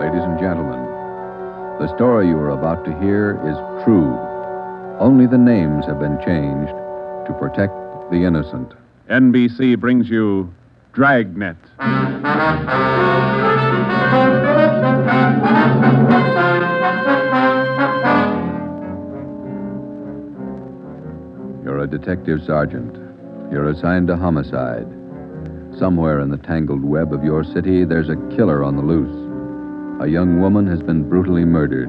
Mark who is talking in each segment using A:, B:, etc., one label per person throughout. A: Ladies and gentlemen, the story you are about to hear is true. Only the names have been changed to protect the innocent.
B: NBC brings you Dragnet.
A: You're a detective sergeant. You're assigned to homicide. Somewhere in the tangled web of your city, there's a killer on the loose. A young woman has been brutally murdered.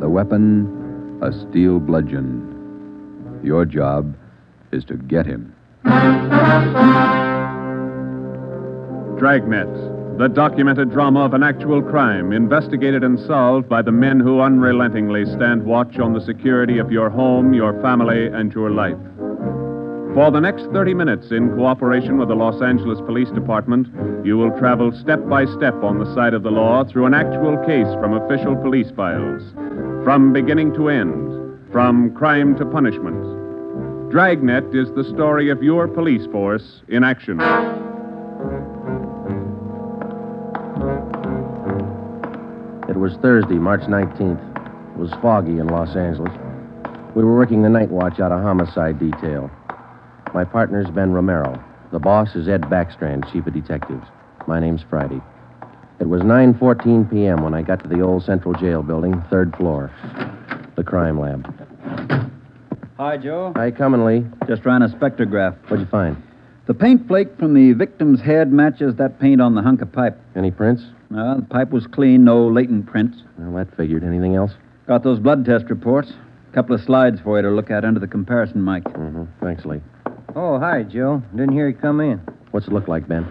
A: The weapon, a steel bludgeon. Your job is to get him.
B: Dragnet, the documented drama of an actual crime investigated and solved by the men who unrelentingly stand watch on the security of your home, your family, and your life.
C: Hmm.
B: For the next 30 minutes, in cooperation with the Los Angeles Police Department, you will travel step by step on the side of the law through an actual case from official police files. From beginning to end, from crime to punishment. Dragnet is the story of your police force in action.
D: It was Thursday, March 19th. It was foggy in Los Angeles. We were working the night watch out of homicide detail. My partner's Ben Romero. The boss is Ed Backstrand, chief of detectives. My name's Friday. It was 9:14 p.m. when I got to the old Central Jail building, third floor, the crime lab.
E: Hi, Joe.
D: Hi, coming, Lee.
E: Just ran a spectrograph.
D: What'd you find?
E: The paint flake from the victim's head matches that paint on the hunk of pipe.
D: Any prints?
E: Uh, the pipe was clean, no latent prints.
D: Well, that figured. Anything else?
E: Got those blood test reports. A couple of slides for you to look at under the comparison mic.
D: Mm-hmm. Thanks, Lee.
F: Oh, hi, Joe. Didn't hear you come in.
D: What's it look like, Ben?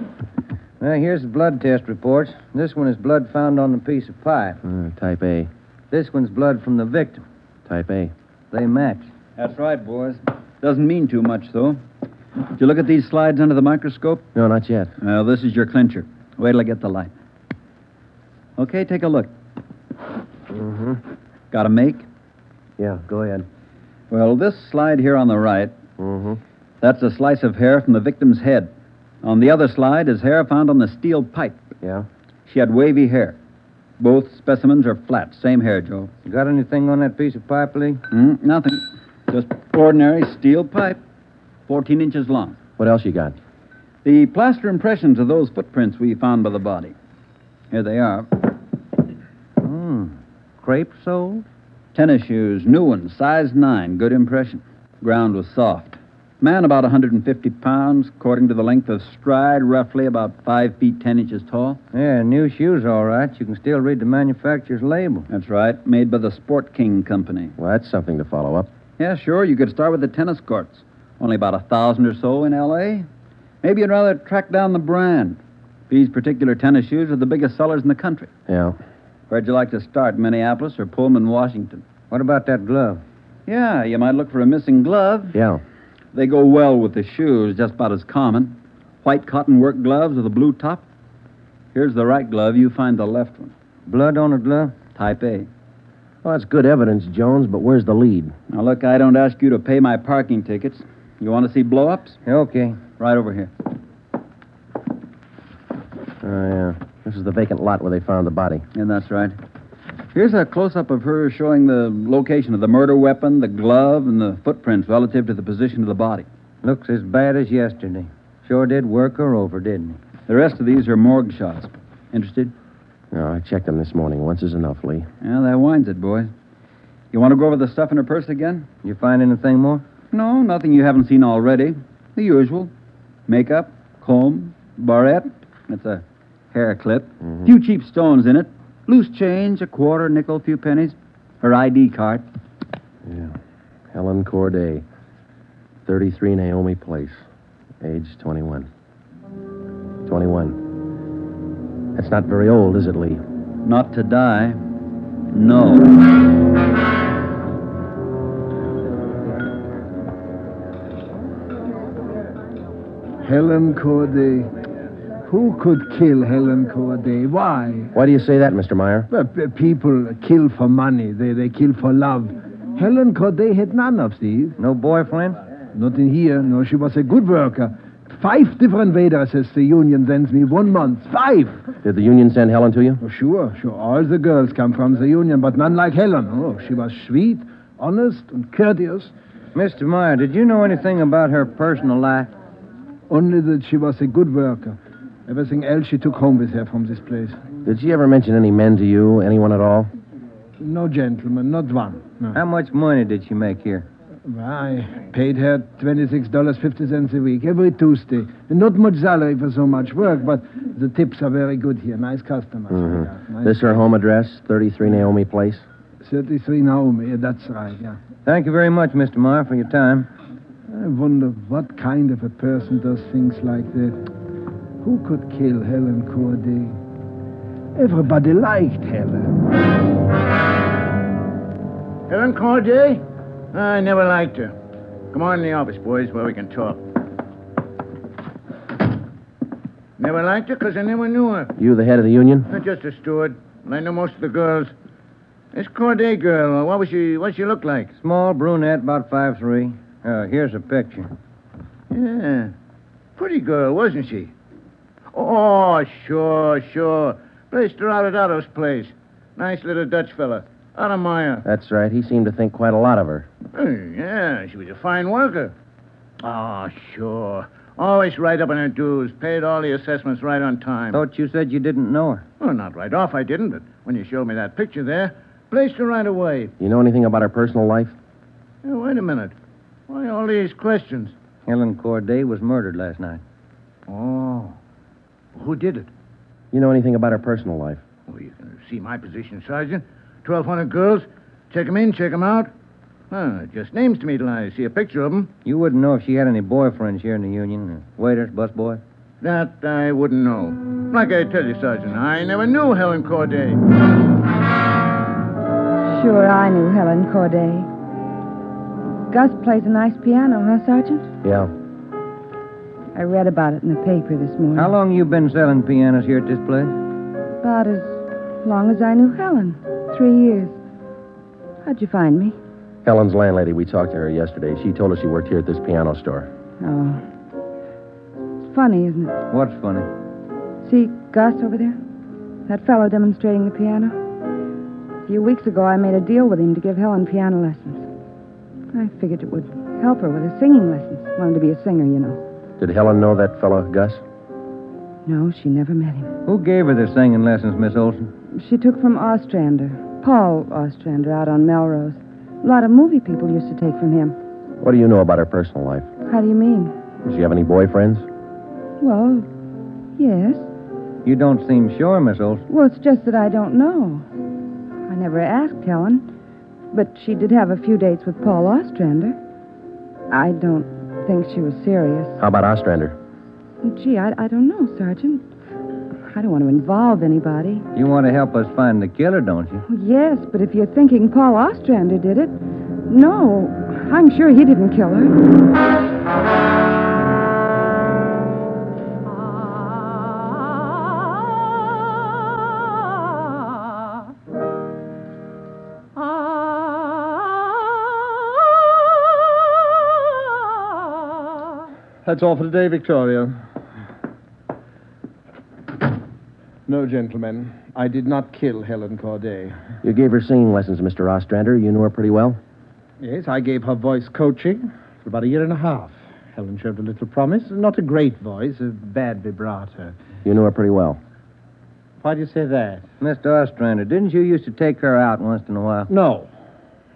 F: Well, here's the blood test reports. This one is blood found on the piece of pipe.
D: Uh, type A.
F: This one's blood from the victim.
D: Type A.
F: They match.
E: That's right, boys. Doesn't mean too much, though. Did you look at these slides under the microscope?
D: No, not yet.
E: Well, this is your clincher. Wait till I get the light. Okay, take a look.
D: Mm-hmm.
E: Got a make?
D: Yeah, go ahead.
E: Well, this slide here on the right,
D: Mm-hmm.
E: that's a slice of hair from the victim's head. On the other slide is hair found on the steel pipe.
D: Yeah.
E: She had wavy hair. Both specimens are flat. Same hair, Joe.
F: You got anything on that piece of pipe, Lee?
E: Mm, nothing. Just ordinary steel pipe, 14 inches long.
D: What else you got?
E: The plaster impressions of those footprints we found by the body. Here they are.
F: Hmm. Crepe soles?
E: Tennis shoes, new ones, size 9, good impression. Ground was soft. Man about 150 pounds, according to the length of stride, roughly about 5 feet 10 inches tall.
F: Yeah, new shoes, all right. You can still read the manufacturer's label.
E: That's right, made by the Sport King Company.
D: Well, that's something to follow up.
E: Yeah, sure, you could start with the tennis courts. Only about a thousand or so in L.A. Maybe you'd rather track down the brand. These particular tennis shoes are the biggest sellers in the country.
D: Yeah.
E: Where'd you like to start, Minneapolis or Pullman, Washington?
F: What about that glove?
E: Yeah, you might look for a missing glove.
D: Yeah.
E: They go well with the shoes, just about as common. White cotton work gloves with a blue top. Here's the right glove. You find the left one.
F: Blood on the glove?
E: Type A.
D: Well, that's good evidence, Jones, but where's the lead?
E: Now, look, I don't ask you to pay my parking tickets. You want to see blow ups?
F: Yeah, okay.
E: Right over here.
D: Oh, yeah. This is the vacant lot where they found the body.
E: Yeah, that's right. Here's a close up of her showing the location of the murder weapon, the glove, and the footprints relative to the position of the body.
F: Looks as bad as yesterday. Sure did work her over, didn't he?
E: The rest of these are morgue shots. Interested?
D: No, I checked them this morning. Once is enough, Lee.
E: Yeah, that winds it, boys. You want to go over the stuff in her purse again?
F: You find anything more?
E: No, nothing you haven't seen already. The usual. Makeup, comb, barrette. That's a hair clip.
F: Mm-hmm.
E: Few cheap stones in it. Loose change, a quarter, nickel, few pennies. Her ID card.
D: Yeah. Helen Corday, 33 Naomi Place, age 21. 21. That's not very old, is it, Lee?
E: Not to die. No.
G: Helen Corday. Who could kill Helen Corday? Why?
D: Why do you say that, Mr. Meyer?
G: Well, p- people kill for money. They, they kill for love. Helen Corday had none of these.
F: No boyfriend?
G: Not in here. No, she was a good worker. Five different waitresses the union sends me one month. Five!
D: Did the union send Helen to you?
G: Oh, sure, sure. All the girls come from the union, but none like Helen. Oh, she was sweet, honest, and courteous.
F: Mr. Meyer, did you know anything about her personal life?
G: Only that she was a good worker. Everything else she took home with her from this place.
D: Did she ever mention any men to you, anyone at all?
G: No gentleman, not one. No.
F: How much money did she make here?
G: Well, I paid her $26.50 a week, every Tuesday. And not much salary for so much work, but the tips are very good here. Nice customers. Yeah, nice
D: Mm-hmm. This her home address, 33 Naomi Place.
G: 33 Naomi, yeah, that's right, yeah.
F: Thank you very much, Mr. Meyer, for your time.
G: I wonder what kind of a person does things like that. Who could kill Helen Corday? Everybody liked Helen.
H: Helen Corday? I never liked her. Come on in the office, boys, where we can talk. Never liked her 'cause I never knew her.
D: You, the head of the union?
H: I'm just a steward, and I know most of the girls. This Corday girl, uh, what was she? What she look like?
F: Small brunette, about five three. Uh, here's a picture.
H: Yeah, pretty girl, wasn't she? Oh, sure, sure. Placed her out at Otto's place. Nice little Dutch fella, Otto Meyer.
D: That's right. He seemed to think quite a lot of her.
H: Hey, yeah, she was a fine worker. Oh, sure. Always right up on her dues. Paid all the assessments right on time.
F: Thought you said you didn't know her.
H: Well, not right off, I didn't, but when you showed me that picture there, placed her right away.
D: You know anything about her personal life?
H: Hey, wait a minute. Why all these questions?
F: Helen Corday was murdered last night.
H: Oh. Who did it?
D: You know anything about her personal life?
H: Well, you can see my position, Sergeant. 1,200 girls. Check 'em in, check 'em out. Huh, just names to me till I see a picture of 'em.
F: You wouldn't know if she had any boyfriends here in the union. uh, Waiters, busboy.
H: That I wouldn't know. Like I tell you, Sergeant, I never knew Helen Corday.
I: Sure, I knew Helen Corday. Gus plays a nice piano, huh, Sergeant?
D: Yeah.
I: I read about it in the paper this morning.
F: How long you been selling pianos here at this place?
I: About as long as I knew Helen. Three years. How'd you find me?
D: Helen's landlady, we talked to her yesterday. She told us she worked here at this piano store.
I: Oh. It's funny, isn't it?
F: What's funny?
I: See Gus over there? That fellow demonstrating the piano? A few weeks ago, I made a deal with him to give Helen piano lessons. I figured it would help her with her singing lessons. Wanted to be a singer, you know.
D: Did Helen know that fellow, Gus?
I: No, she never met him.
F: Who gave her the singing lessons, Miss Olson?
I: She took from Ostrander, Paul Ostrander, out on Melrose. A lot of movie people used to take from him.
D: What do you know about her personal life?
I: How do you mean?
D: Does she have any boyfriends?
I: Well, yes.
F: You don't seem sure, Miss Olson.
I: Well, it's just that I don't know. I never asked Helen, but she did have a few dates with Paul Ostrander. I don't think she was serious.
D: How about Ostrander?
I: Gee, I, I don't know, Sergeant. I don't want to involve anybody.
F: You want to help us find the killer, don't you?
I: Well, yes, but if you're thinking Paul Ostrander did it, no, I'm sure he didn't kill her.
G: That's all for today, Victoria. No, gentlemen, I did not kill Helen Corday.
D: You gave her singing lessons, Mr. Ostrander. You knew her pretty well.
G: Yes, I gave her voice coaching for about a year and a half. Helen showed a little promise. Not a great voice, a bad vibrato.
D: You knew her pretty well.
G: Why do you say that?
F: Mr. Ostrander, didn't you used to take her out once in a while?
G: No.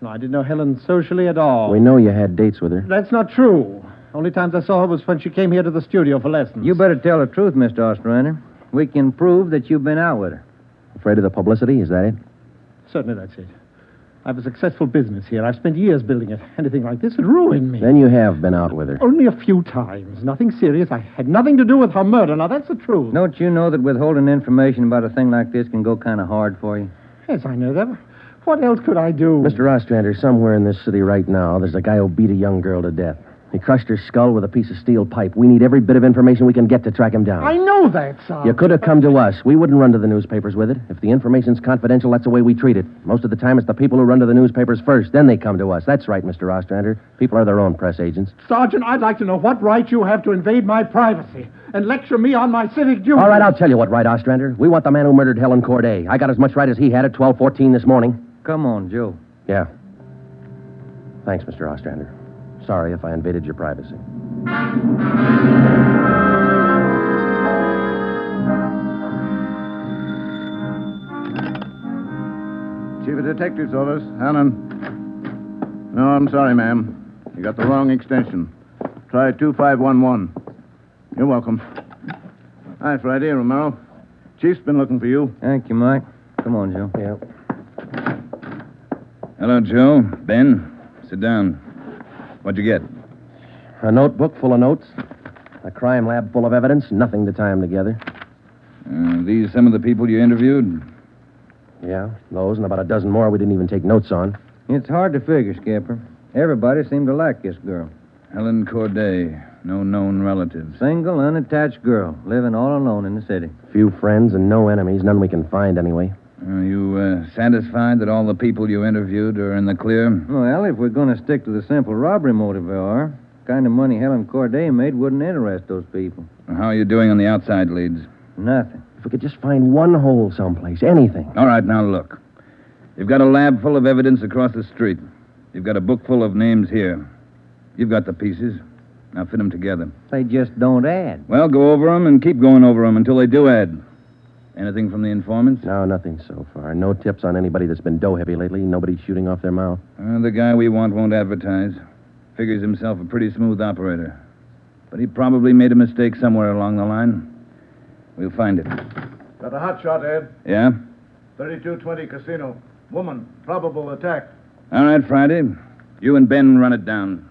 G: No, I didn't know Helen socially at all.
D: We know you had dates with her.
G: That's not true. Only times I saw her was when she came here to the studio for lessons.
F: You better tell the truth, Mr. Ostrander. We can prove that you've been out with her.
D: Afraid of the publicity? Is that it?
G: Certainly that's it. I have a successful business here. I've spent years building it. Anything like this would ruin me.
D: Then you have been out with her.
G: Only a few times. Nothing serious. I had nothing to do with her murder. Now, that's the truth.
F: Don't you know that withholding information about a thing like this can go kind of hard for you?
G: Yes, I know that. What else could I do?
D: Mr. Ostrander, somewhere in this city right now, there's a guy who beat a young girl to death. He crushed her skull with a piece of steel pipe. We need every bit of information we can get to track him down.
C: I know that, Sal.
D: You could have come to us. We wouldn't run to the newspapers with it. If the information's confidential, that's the way we treat it. Most of the time, it's the people who run to the newspapers first. Then they come to us. That's right, Mr. Ostrander. People are their own press agents.
C: Sergeant, I'd like to know what right you have to invade my privacy and lecture me on my civic duty.
D: All right, I'll tell you what, right, Ostrander. We want the man who murdered Helen Corday. I got as much right as he had at 1214 this morning.
F: Come on, Joe.
D: Yeah. Thanks, Mr. Ostrander. Sorry if I invaded your privacy.
H: Chief of Detectives Office, Hannon. No, I'm sorry, ma'am. You got the wrong extension. Try 2511. You're welcome. Hi, Friday, Romero. Chief's been looking for you.
F: Thank you, Mike. Come on, Joe.
D: Yeah.
J: Hello, Joe. Ben, sit down. What'd you get?
D: A notebook full of notes, a crime lab full of evidence, nothing to tie them together.
J: Uh, these some of the people you interviewed?
D: Yeah, those and about a dozen more we didn't even take notes on.
F: It's hard to figure, Skipper. Everybody seemed to like this girl.
J: Helen Corday, no known relatives.
F: Single, unattached girl, living all alone in the city.
D: Few friends and no enemies, none we can find anyway.
J: Are you uh, satisfied that all the people you interviewed are in the clear?
F: Well, if we're going to stick to the simple robbery motive we are, the kind of money Helen Corday made wouldn't interest those people.
J: How are you doing on the outside leads?
F: Nothing.
D: If we could just find one hole someplace, anything.
J: All right, now look. You've got a lab full of evidence across the street. You've got a book full of names here. You've got the pieces. Now fit 'em together.
F: They just don't add.
J: Well, go over 'em and keep going over 'em until they do add. Anything from the informants?
D: No, nothing so far. No tips on anybody that's been dough heavy lately. Nobody shooting off their mouth.
J: Uh, the guy we want won't advertise. Figures himself a pretty smooth operator. But he probably made a mistake somewhere along the line. We'll find it.
H: Got a hot shot, Ed.
J: Yeah?
H: 3220 Casino. Woman, probable attack.
J: All right, Friday. You and Ben run it down.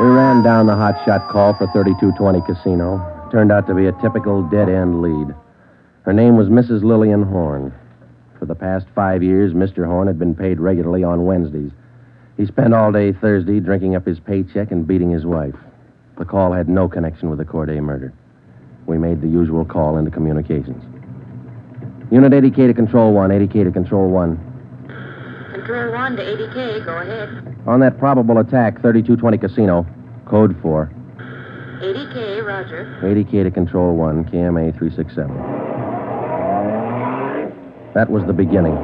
D: We ran down the hot shot call for 3220 Casino. Turned out to be a typical dead end lead. Her name was Mrs. Lillian Horn. For the past five years, Mr. Horn had been paid regularly on Wednesdays. He spent all day Thursday drinking up his paycheck and beating his wife. The call had no connection with the Corday murder. We made the usual call into communications. Unit 80K to Control 1, 80K to Control 1.
K: Control 1 to 80K, go ahead.
D: On that probable attack, 3220 Casino, code 4,
K: 80K, roger.
D: 80K to Control 1, KMA 367. That was the beginning.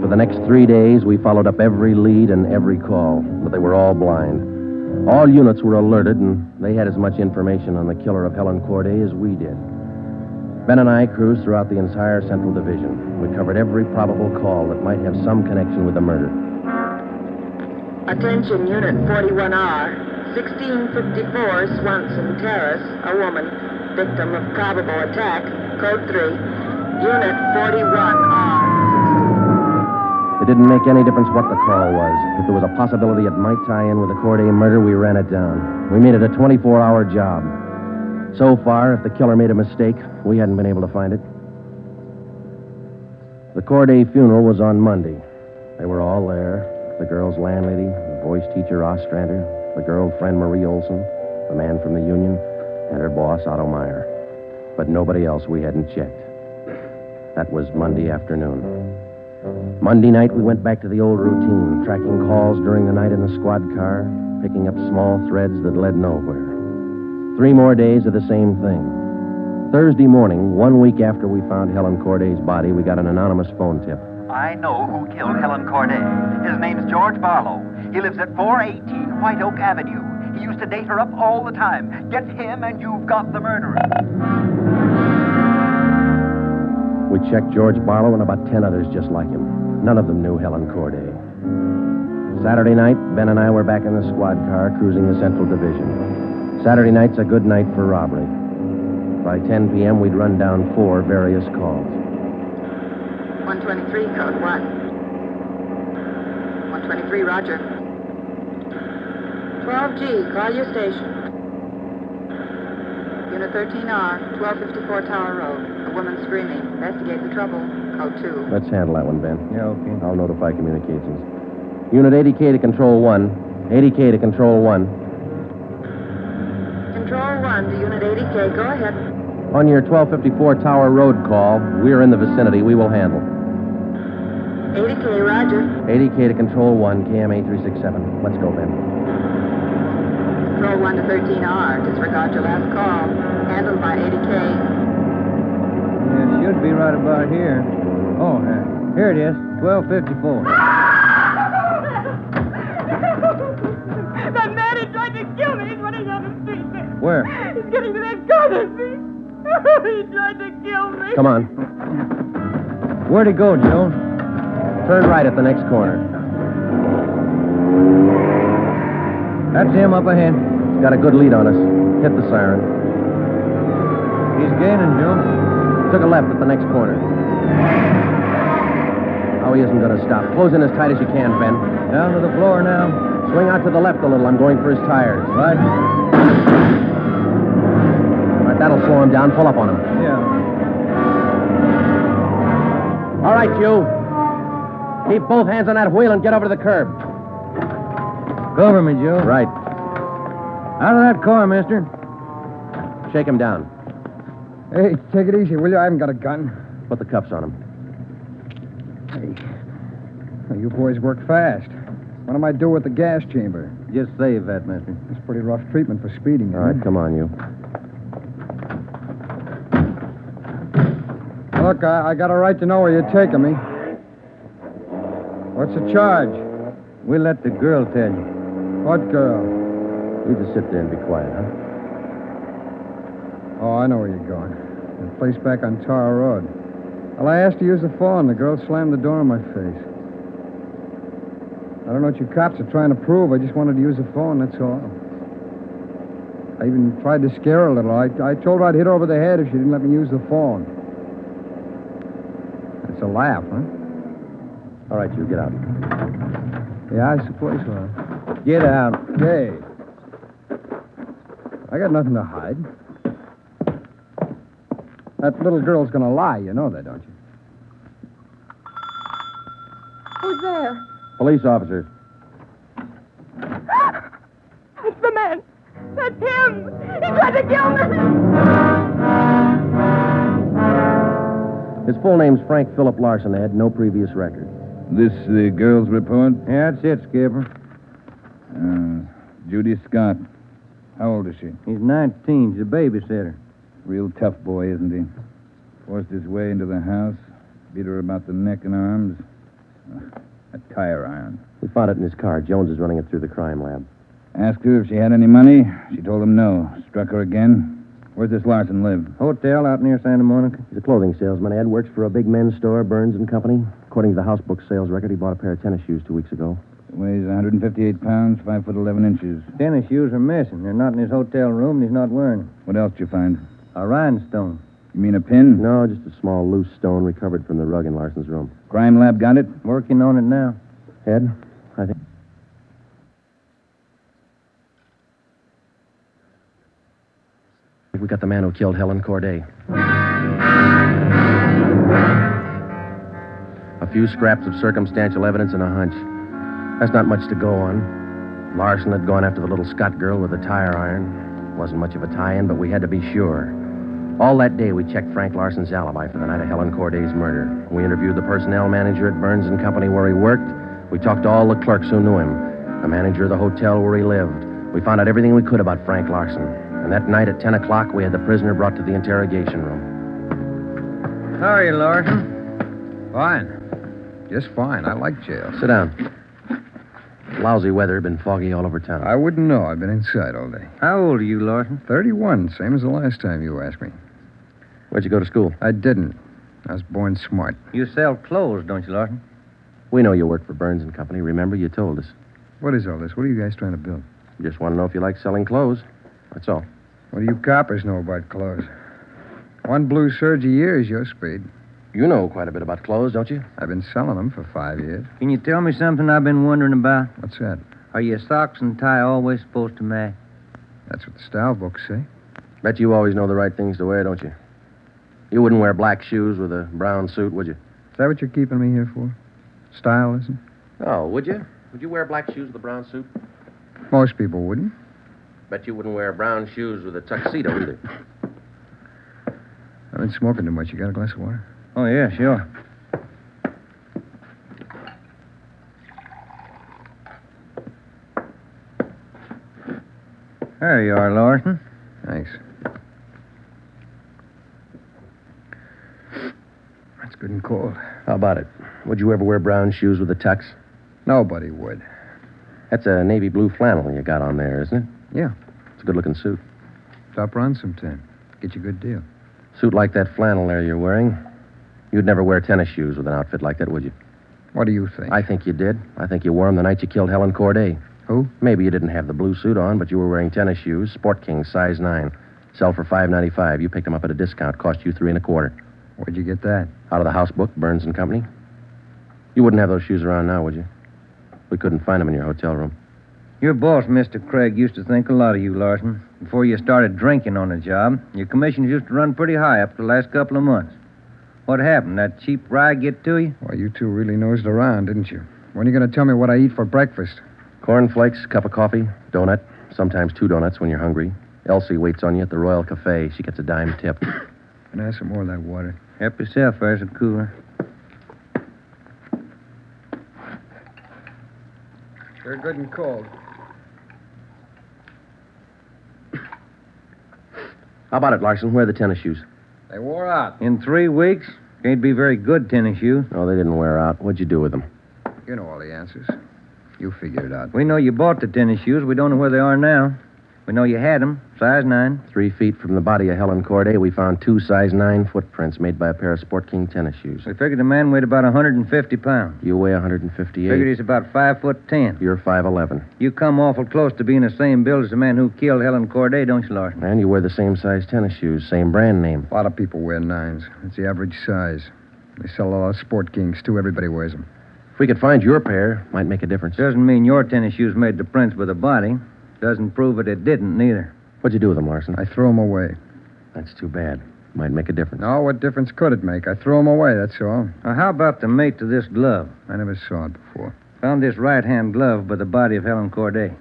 D: For the next three days, we followed up every lead and every call, but they were all blind. All units were alerted, and they had as much information on the killer of Helen Corday as we did. Ben and I cruised throughout the entire Central Division. We covered every probable call that might have some connection with the murder.
K: Attention Unit 41R, 1654 Swanson Terrace, a woman, victim of probable attack, code 3. Unit 41R.
D: It didn't make any difference what the call was. If there was a possibility it might tie in with the Corday murder, we ran it down. We made it a 24 hour job. So far, if the killer made a mistake, we hadn't been able to find it. The Corday funeral was on Monday. They were all there the girl's landlady, the voice teacher Ostrander, the girl friend Marie Olson, the man from the union, and her boss Otto Meyer. But nobody else we hadn't checked. That was Monday afternoon. Monday night, we went back to the old routine, tracking calls during the night in the squad car, picking up small threads that led nowhere. Three more days of the same thing. Thursday morning, one week after we found Helen Corday's body, we got an anonymous phone tip.
L: I know who killed Helen Corday. His name's George Barlow. He lives at 418 White Oak Avenue. He used to date her up all the time. Get him, and you've got the murderer.
D: We checked George Barlow and about 10 others just like him. None of them knew Helen Corday. Saturday night, Ben and I were back in the squad car cruising the Central Division. Saturday night's a good night for robbery. By 10 p.m., we'd run down four various calls.
K: 123, code 1. 123, roger. 12G, call your station. Unit 13R, 1254 Tower Road. A woman screaming. Investigate the trouble. Code 2.
D: Let's handle that one, Ben.
F: Yeah, okay.
D: I'll notify communications. Unit 80K to Control 1. 80K to Control 1.
K: Control 1 to Unit 80K, go ahead.
D: On your 1254 Tower Road call, we're in the vicinity. We will handle.
K: 80K, roger.
D: 80K to Control 1, KMA 367. Let's go, Ben.
K: Control 1 to 13R, disregard your last call. Handled by 80K.
F: Yeah, should be right about here. Oh, uh, here it is, 1254.
M: That man is trying to kill me. He's running down the street.
D: Where?
M: He's getting to that gutter, see? he tried to kill me.
D: Come on. Where'd it go, Joe? Turn right at the next corner.
F: That's him up ahead.
D: He's got a good lead on us. Hit the siren.
F: He's gaining, Joe.
D: Took a left at the next corner. Oh, he isn't going to stop. Close in as tight as you can, Ben. Down to the floor now. Swing out to the left a little. I'm going for his tires. Right. All right, that'll slow him down. Pull up on him.
F: Yeah.
D: All right, you. Keep both hands on that wheel and get over to the curb.
F: Cover me, Joe.
D: Right.
F: Out of that car, mister.
D: Shake him down.
G: Hey, take it easy, will you? I haven't got a gun.
D: Put the cuffs on him.
G: Hey. Well, You boys work fast. What am I do with the gas chamber?
F: Just save that, mister.
G: It's pretty rough treatment for speeding.
D: All right, come on, you.
G: Look, I, I got a right to know where you're taking me. What's the charge?
F: We'll let the girl tell you.
G: What girl?
D: You just sit there and be quiet, huh?
G: Oh, I know where you're going. The place back on Tower Road. Well, I asked to use the phone. The girl slammed the door in my face. I don't know what you cops are trying to prove. I just wanted to use the phone, that's all. I even tried to scare her a little. I, I told her I'd hit her over the head if she didn't let me use the phone. It's a laugh, huh?
D: All right, you get out.
G: Yeah, I suppose so.
F: Get out.
G: Hey. I got nothing to hide. That little girl's gonna lie. You know that, don't you?
M: Who's there?
D: Police officers.
M: It's the man. That's him. He tried to kill me.
D: His full name's Frank Philip Larson. They had no previous record.
J: This the girl's report?
F: Yeah, that's it, Skipper.
J: Uh, Judy Scott. How old is she?
F: He's 19. He's a babysitter.
J: Real tough boy, isn't he? Forced his way into the house, beat her about the neck and arms. Ugh, A tire iron.
D: We found it in his car. Jones is running it through the crime lab.
J: Asked her if she had any money. She told him no. Struck her again. Where's this Larson live?
F: Hotel out near Santa Monica.
D: He's a clothing salesman, Ed. Works for a big men's store, Burns and Company. According to the house book sales record, he bought a pair of tennis shoes two weeks ago.
J: Weighs 158 pounds, 5 foot 11 inches.
F: Tennis shoes are missing. They're not in his hotel room, and he's not wearing them.
J: What else did you find?
F: A rhinestone.
J: You mean a pin?
D: No, just a small loose stone recovered from the rug in Larson's room.
J: Crime lab got it?
F: Working on it now.
D: Ed, I think. We got the man who killed Helen Corday. A few scraps of circumstantial evidence and a hunch. That's not much to go on. Larson had gone after the little Scott girl with the tire iron. Wasn't much of a tie in, but we had to be sure. All that day, we checked Frank Larson's alibi for the night of Helen Corday's murder. We interviewed the personnel manager at Burns and Company where he worked. We talked to all the clerks who knew him, the manager of the hotel where he lived. We found out everything we could about Frank Larson. And that night at 10 o'clock, we had the prisoner brought to the interrogation room.
F: How are you, Larson?
N: Fine. Just fine. I like jail.
D: Sit down. Lousy weather, been foggy all over town.
N: I wouldn't know. I've been inside all day.
F: How old are you, Larson?
N: 31, same as the last time you asked me.
D: Where'd you go to school?
N: I didn't. I was born smart.
F: You sell clothes, don't you, Larson?
D: We know you work for Burns and Company. Remember, you told us.
N: What is all this? What are you guys trying to build?
D: Just want to know if you like selling clothes. That's all.
N: What do you coppers know about clothes? One blue serge a year is your speed.
D: You know quite a bit about clothes, don't you?
N: I've been selling them for five years.
F: Can you tell me something I've been wondering about?
N: What's that?
F: Are your socks and tie always supposed to match?
N: That's what the style books say.
D: Bet you always know the right things to wear, don't you? You wouldn't wear black shoes with a brown suit, would you?
N: Is that what you're keeping me here for? Stylism?
D: Oh, would you?
O: Would you wear black shoes with a brown suit?
N: Most people wouldn't.
O: Bet you wouldn't wear brown shoes with a tuxedo either.
N: I've been smoking too much. You got a glass of water?
F: Oh, yeah, sure. There you are, Larson.
N: Thanks. That's good and cold.
D: How about it? Would you ever wear brown shoes with a tux?
N: Nobody would.
D: That's a navy blue flannel you got on there, isn't it?
N: Yeah.
D: It's a good looking suit.
N: Stop around sometime. Get you a good deal.
D: Suit like that flannel there you're wearing. You'd never wear tennis shoes with an outfit like that, would you?
N: What do you think?
D: I think you did. I think you wore 'em the night you killed Helen Corday.
N: Who?
D: Maybe you didn't have the blue suit on, but you were wearing tennis shoes, Sport King, size nine. Sell for five ninety five. You picked 'em up at a discount, cost you three and a quarter.
N: Where'd you get that?
D: Out of the house book, Burns and Company. You wouldn't have those shoes around now, would you? We couldn't find 'em in your hotel room.
F: Your boss, Mr. Craig, used to think a lot of you, Larson. Before you started drinking on the job, your commissions used to run pretty high up the last couple of months. What happened? That cheap rye get to you?
N: Well, you two really nosed around, didn't you? When are you going to tell me what I eat for breakfast?
D: Cornflakes, cup of coffee, donut, sometimes two donuts when you're hungry. Elsie waits on you at the Royal Cafe. She gets a dime tip.
N: And I have some more of that water.
F: Help yourself. There's a cooler.
N: They're good and cold.
D: How about it, Larson? Where are the tennis shoes?
N: They wore out.
F: In three weeks? Can't be very good tennis shoes.
D: Oh, they didn't wear out. What'd you do with them?
N: You know all the answers. You figured it out.
F: We know you bought the tennis shoes. We don't know where they are now. We know you had 'em, size nine.
D: Three feet from the body of Helen Corday, we found two size nine footprints made by a pair of Sport King tennis shoes.
F: We figured the man weighed about 150 pounds.
D: You weigh 158.
F: Figured he's about five foot ten.
D: You're 5'11.
F: You come awful close to being the same build as the man who killed Helen Corday, don't you, Larson?
D: And you wear the same size tennis shoes, same brand name.
N: A lot of people wear nines. It's the average size. They sell a lot of sport kings, too. Everybody wears them.
D: If we could find your pair, might make a difference.
F: Doesn't mean your tennis shoes made the prints with the body. Doesn't prove that it didn't, neither.
D: What'd you do with them, Larson?
N: I throw them away.
D: That's too bad. Might make a difference.
N: No, what difference could it make? I throw them away, that's all.
F: Now, how about the mate to this glove?
N: I never saw it before.
F: Found this right hand glove by the body of Helen Corday.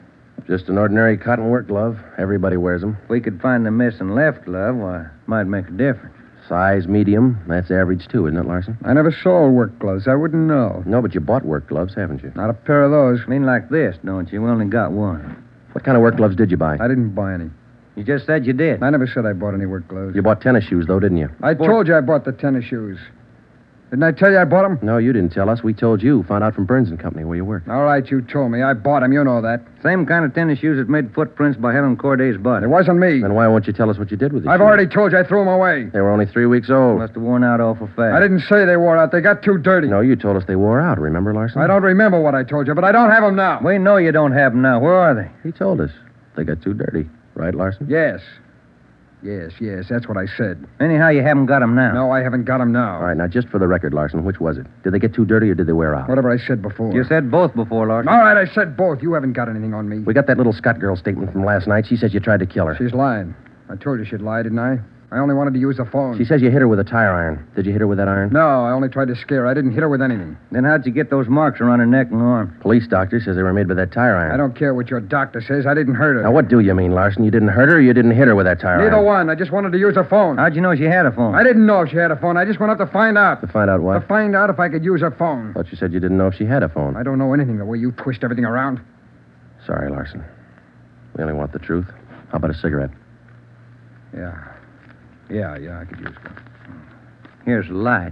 D: Just an ordinary cotton work glove. Everybody wears them.
F: If we could find the missing left glove, why, it might make a difference.
D: Size medium. That's average, too, isn't it, Larson?
N: I never saw work gloves. I wouldn't know.
D: No, but you bought work gloves, haven't you?
N: Not a pair of those.
F: I mean, like this, don't you? We only got one.
D: What kind of work gloves did you buy?
N: I didn't buy any.
F: You just said you did.
N: I never said I bought any work gloves.
D: You bought tennis shoes, though, didn't you?
N: I
D: bought...
N: told you I bought the tennis shoes. Didn't I tell you I bought them?
D: No, you didn't tell us. We told you. Found out from Burns and Company where you worked.
N: All right, you told me. I bought them. You know that.
F: Same kind of tennis shoes that made footprints by Helen Corday's body.
N: It wasn't me.
D: Then why won't you tell us what you did with them?
N: I've already told you I threw them away.
D: They were only three weeks old.
F: Must have worn out awful fast.
N: I didn't say they wore out. They got too dirty.
D: No, you told us they wore out. Remember, Larson?
N: I don't remember what I told you, but I don't have them now.
F: We know you don't have them now. Where are they?
D: He told us. They got too dirty. Right, Larson?
N: Yes. Yes, yes, that's what I said.
F: Anyhow, you haven't got 'em now.
N: No, I haven't got 'em now.
D: All right, now just for the record, Larson, which was it? Did they get too dirty or did they wear out?
N: Whatever I said before.
F: You said both before, Larson.
N: All right, I said both. You haven't got anything on me.
D: We got that little Scott girl statement from last night. She says you tried to kill her.
N: She's lying. I told you she'd lie, didn't I? I only wanted to use the phone.
D: She says you hit her with a tire iron. Did you hit her with that iron?
N: No, I only tried to scare her. I didn't hit her with anything.
F: Then how'd you get those marks around her neck and arm?
D: Police doctor says they were made by that tire iron.
N: I don't care what your doctor says. I didn't hurt her.
D: Now, what do you mean, Larson? You didn't hurt her or you didn't hit her with that tire
N: Neither
D: iron?
N: one. I just wanted to use her phone.
F: How'd you know she had a phone?
N: I didn't know if she had a phone. I just went up to find out.
D: To find out what?
N: To find out if I could use her phone.
D: Thought you said you didn't know if she had a phone.
N: I don't know anything the way you twist everything around.
D: Sorry, Larson. We only want the truth. How about a cigarette?
N: Yeah. Yeah, yeah, I could use one.
F: Here's a light.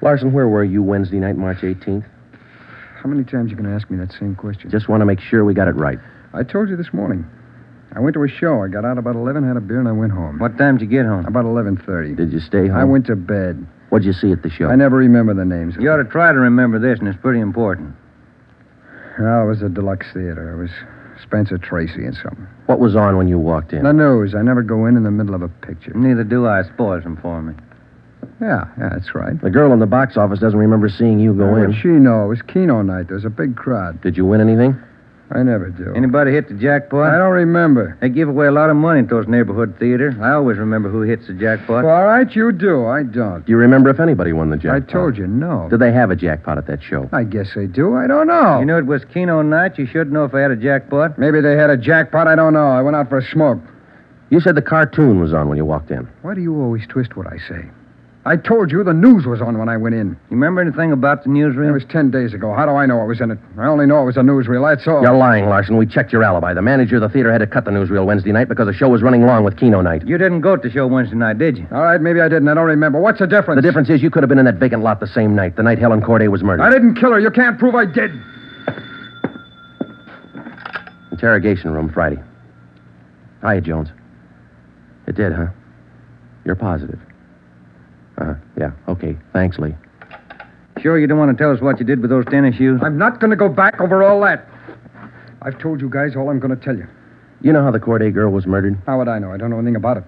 D: Larson, where were you Wednesday night, March 18th?
N: How many times you going to ask me that same question?
D: Just want to make sure we got it right.
N: I told you this morning. I went to a show. I got out about 11, had a beer, and I went home.
F: What time did you get home?
N: About 11.30.
D: Did you stay home?
N: I went to bed.
D: What'd you see at the show?
N: I never remember the names. of
F: You ought to
N: them.
F: try to remember this, and it's pretty important.
N: No, Oh, it was the Deluxe Theater. It was Spencer Tracy and something.
D: What was on when you walked in?
N: The news. I never go in in the middle of a picture.
F: Neither do I. It Spoils them for me.
N: Yeah, yeah, that's right.
D: The girl in the box office doesn't remember seeing you go
N: What'd
D: in.
N: she know? It was Keno night. There was a big crowd.
D: Did you win anything?
N: I never do.
F: Anybody hit the jackpot? I
N: don't remember.
F: They give away a lot of money at those neighborhood theater. I always remember who hits the jackpot.
N: Well, all right, you do. I don't.
D: Do you remember if anybody won the jackpot?
N: I told you, no. Oh,
D: Did they have a jackpot at that show?
N: I guess they do. I don't know.
F: You know it was Keno night. You should know if I had a jackpot.
N: Maybe they had a jackpot. I don't know. I went out for a smoke.
D: You said the cartoon was on when you walked in.
N: Why do you always twist what I say? I told you the news was on when I went in.
F: You remember anything about the newsroom?
N: It was ten days ago. How do I know it was in it? I only know it was a newsreel. That's all.
D: You're lying, Larson. We checked your alibi. The manager of the theater had to cut the newsreel Wednesday night because the show was running long with Keno night.
F: You didn't go to the show Wednesday night, did you?
N: All right, maybe I didn't. I don't remember. What's the difference?
D: The difference is you could have been in that vacant lot the same night, the night Helen Corday was murdered.
N: I didn't kill her. You can't prove I did.
D: Interrogation room Friday. Hiya, Jones. It did, huh? You're positive. Uh, yeah. Okay. Thanks, Lee.
F: Sure, you don't want to tell us what you did with those tennis shoes?
N: I'm not going to go back over all that. I've told you guys all I'm going to tell you.
D: You know how the Corday girl was murdered?
N: How would I know? I don't know anything about it.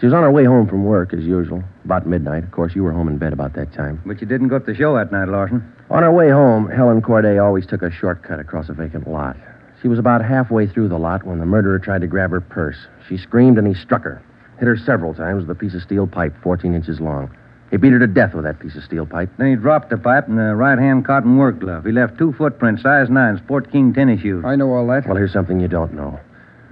D: She was on her way home from work, as usual, about midnight. Of course, you were home in bed about that time.
F: But you didn't go to the show that night, Larson.
D: On her way home, Helen Corday always took a shortcut across a vacant lot. She was about halfway through the lot when the murderer tried to grab her purse. She screamed and he struck her. Hit her several times with a piece of steel pipe 14 inches long. He beat her to death with that piece of steel pipe.
F: Then he dropped the pipe in the right hand cotton work glove. He left two footprints, size nine, Sport King tennis shoes.
N: I know all that.
D: Well, here's something you don't know.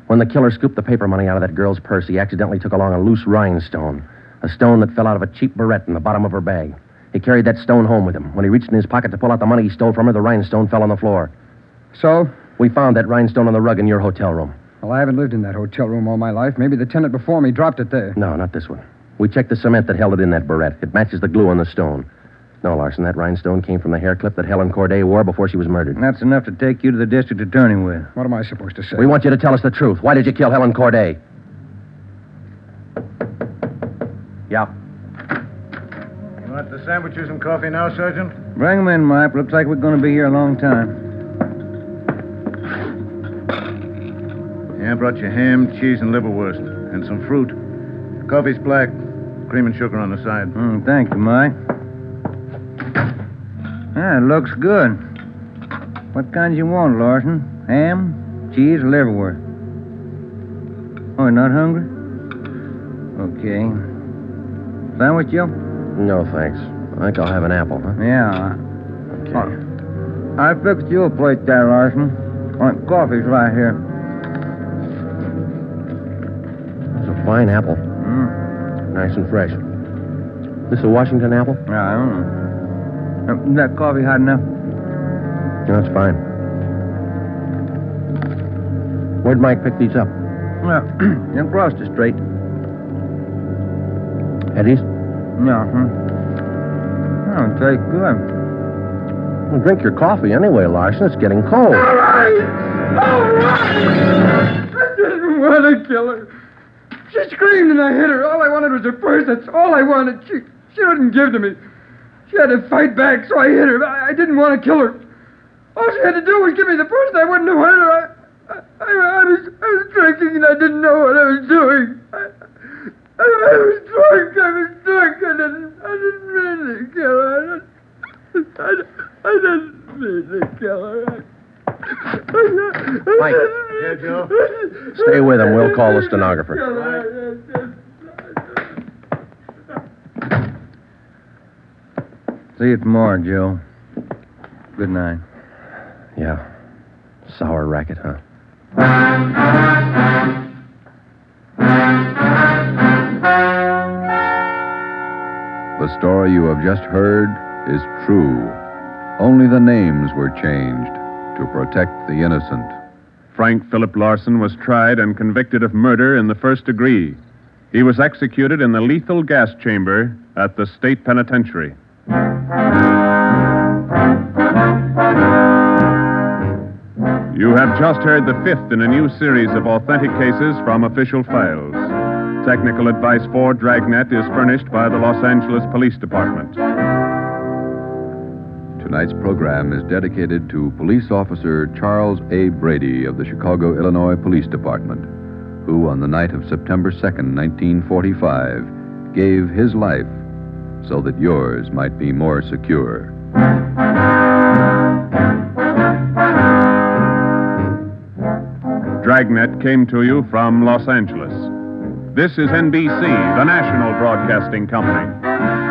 D: When the killer scooped the paper money out of that girl's purse, he accidentally took along a loose rhinestone, a stone that fell out of a cheap barrette in the bottom of her bag. He carried that stone home with him. When he reached in his pocket to pull out the money he stole from her, the rhinestone fell on the floor.
N: So?
D: We found that rhinestone on the rug in your hotel room.
N: Well, I haven't lived in that hotel room all my life. Maybe the tenant before me dropped it there.
D: No, not this one. We checked the cement that held it in that barrette. It matches the glue on the stone. No, Larson, that rhinestone came from the hair clip that Helen Corday wore before she was murdered.
F: And that's enough to take you to the district attorney with.
N: What am I supposed to say?
D: We want you to tell us the truth. Why did you kill Helen Corday? Yeah.
H: You want the sandwiches and coffee now, Sergeant?
F: Bring 'em in, Mike. Looks like we're going to be here a long time.
H: Yeah, I brought you ham, cheese, and liverwurst, and some fruit. Coffee's black, cream and sugar on the side.
F: Mm, thank you, Mike. That Ah, looks good. What kind you want, Larson? Ham, cheese, liverwurst? Oh, you're not hungry? Okay. Sandwich, Joe?
D: No, thanks. I think I'll have an apple, huh?
F: Yeah.
D: Okay.
F: Oh, I fixed you a plate there, Larson. Oh, coffee's right here.
D: It's a fine apple.
F: Mm.
D: Nice and fresh. This a Washington apple?
F: Yeah, I don't know. Uh, That coffee hot enough?
D: No, it's fine. Where'd Mike pick these up?
F: Well, across the street.
D: Eddie's?
F: Yeah, hmm. huh? Oh, it tastes good.
D: Well, drink your coffee anyway, Larson. It's getting
G: Oh.
D: cold.
C: All right! All right! I didn't want to kill her. She screamed and I hit her. All I wanted was her purse. That's all I wanted. She, she wouldn't give to me. She had to fight back, so I hit her. I, I didn't want to kill her. All she had to do was give me the purse, and I wouldn't have hurt her. I, I, I, was, I was drinking and I didn't know what I was doing. I, I, I was drunk. I was drunk. I didn't, I didn't mean to kill her. I didn't, I, I didn't mean to kill her.
D: Mike.
H: Yeah, Joe?
D: Stay with him. We'll call the stenographer.
F: See you tomorrow, Joe. Good night.
D: Yeah. Sour racket, huh?
A: The story you have just heard is true. Only the names were changed to protect the innocent.
B: Frank Philip Larson was tried and convicted of murder in the first degree. He was executed in the lethal gas chamber at the state penitentiary. You have just heard the fifth in a new series of authentic cases from official files. Technical advice for Dragnet is furnished by the Los Angeles Police Department.
A: Tonight's program is dedicated to police officer Charles A. Brady of the Chicago, Illinois Police Department, who on the night of September 2nd, 1945, gave his life so that yours might be more secure.
B: Dragnet came to you from Los Angeles. This is NBC, the national broadcasting company.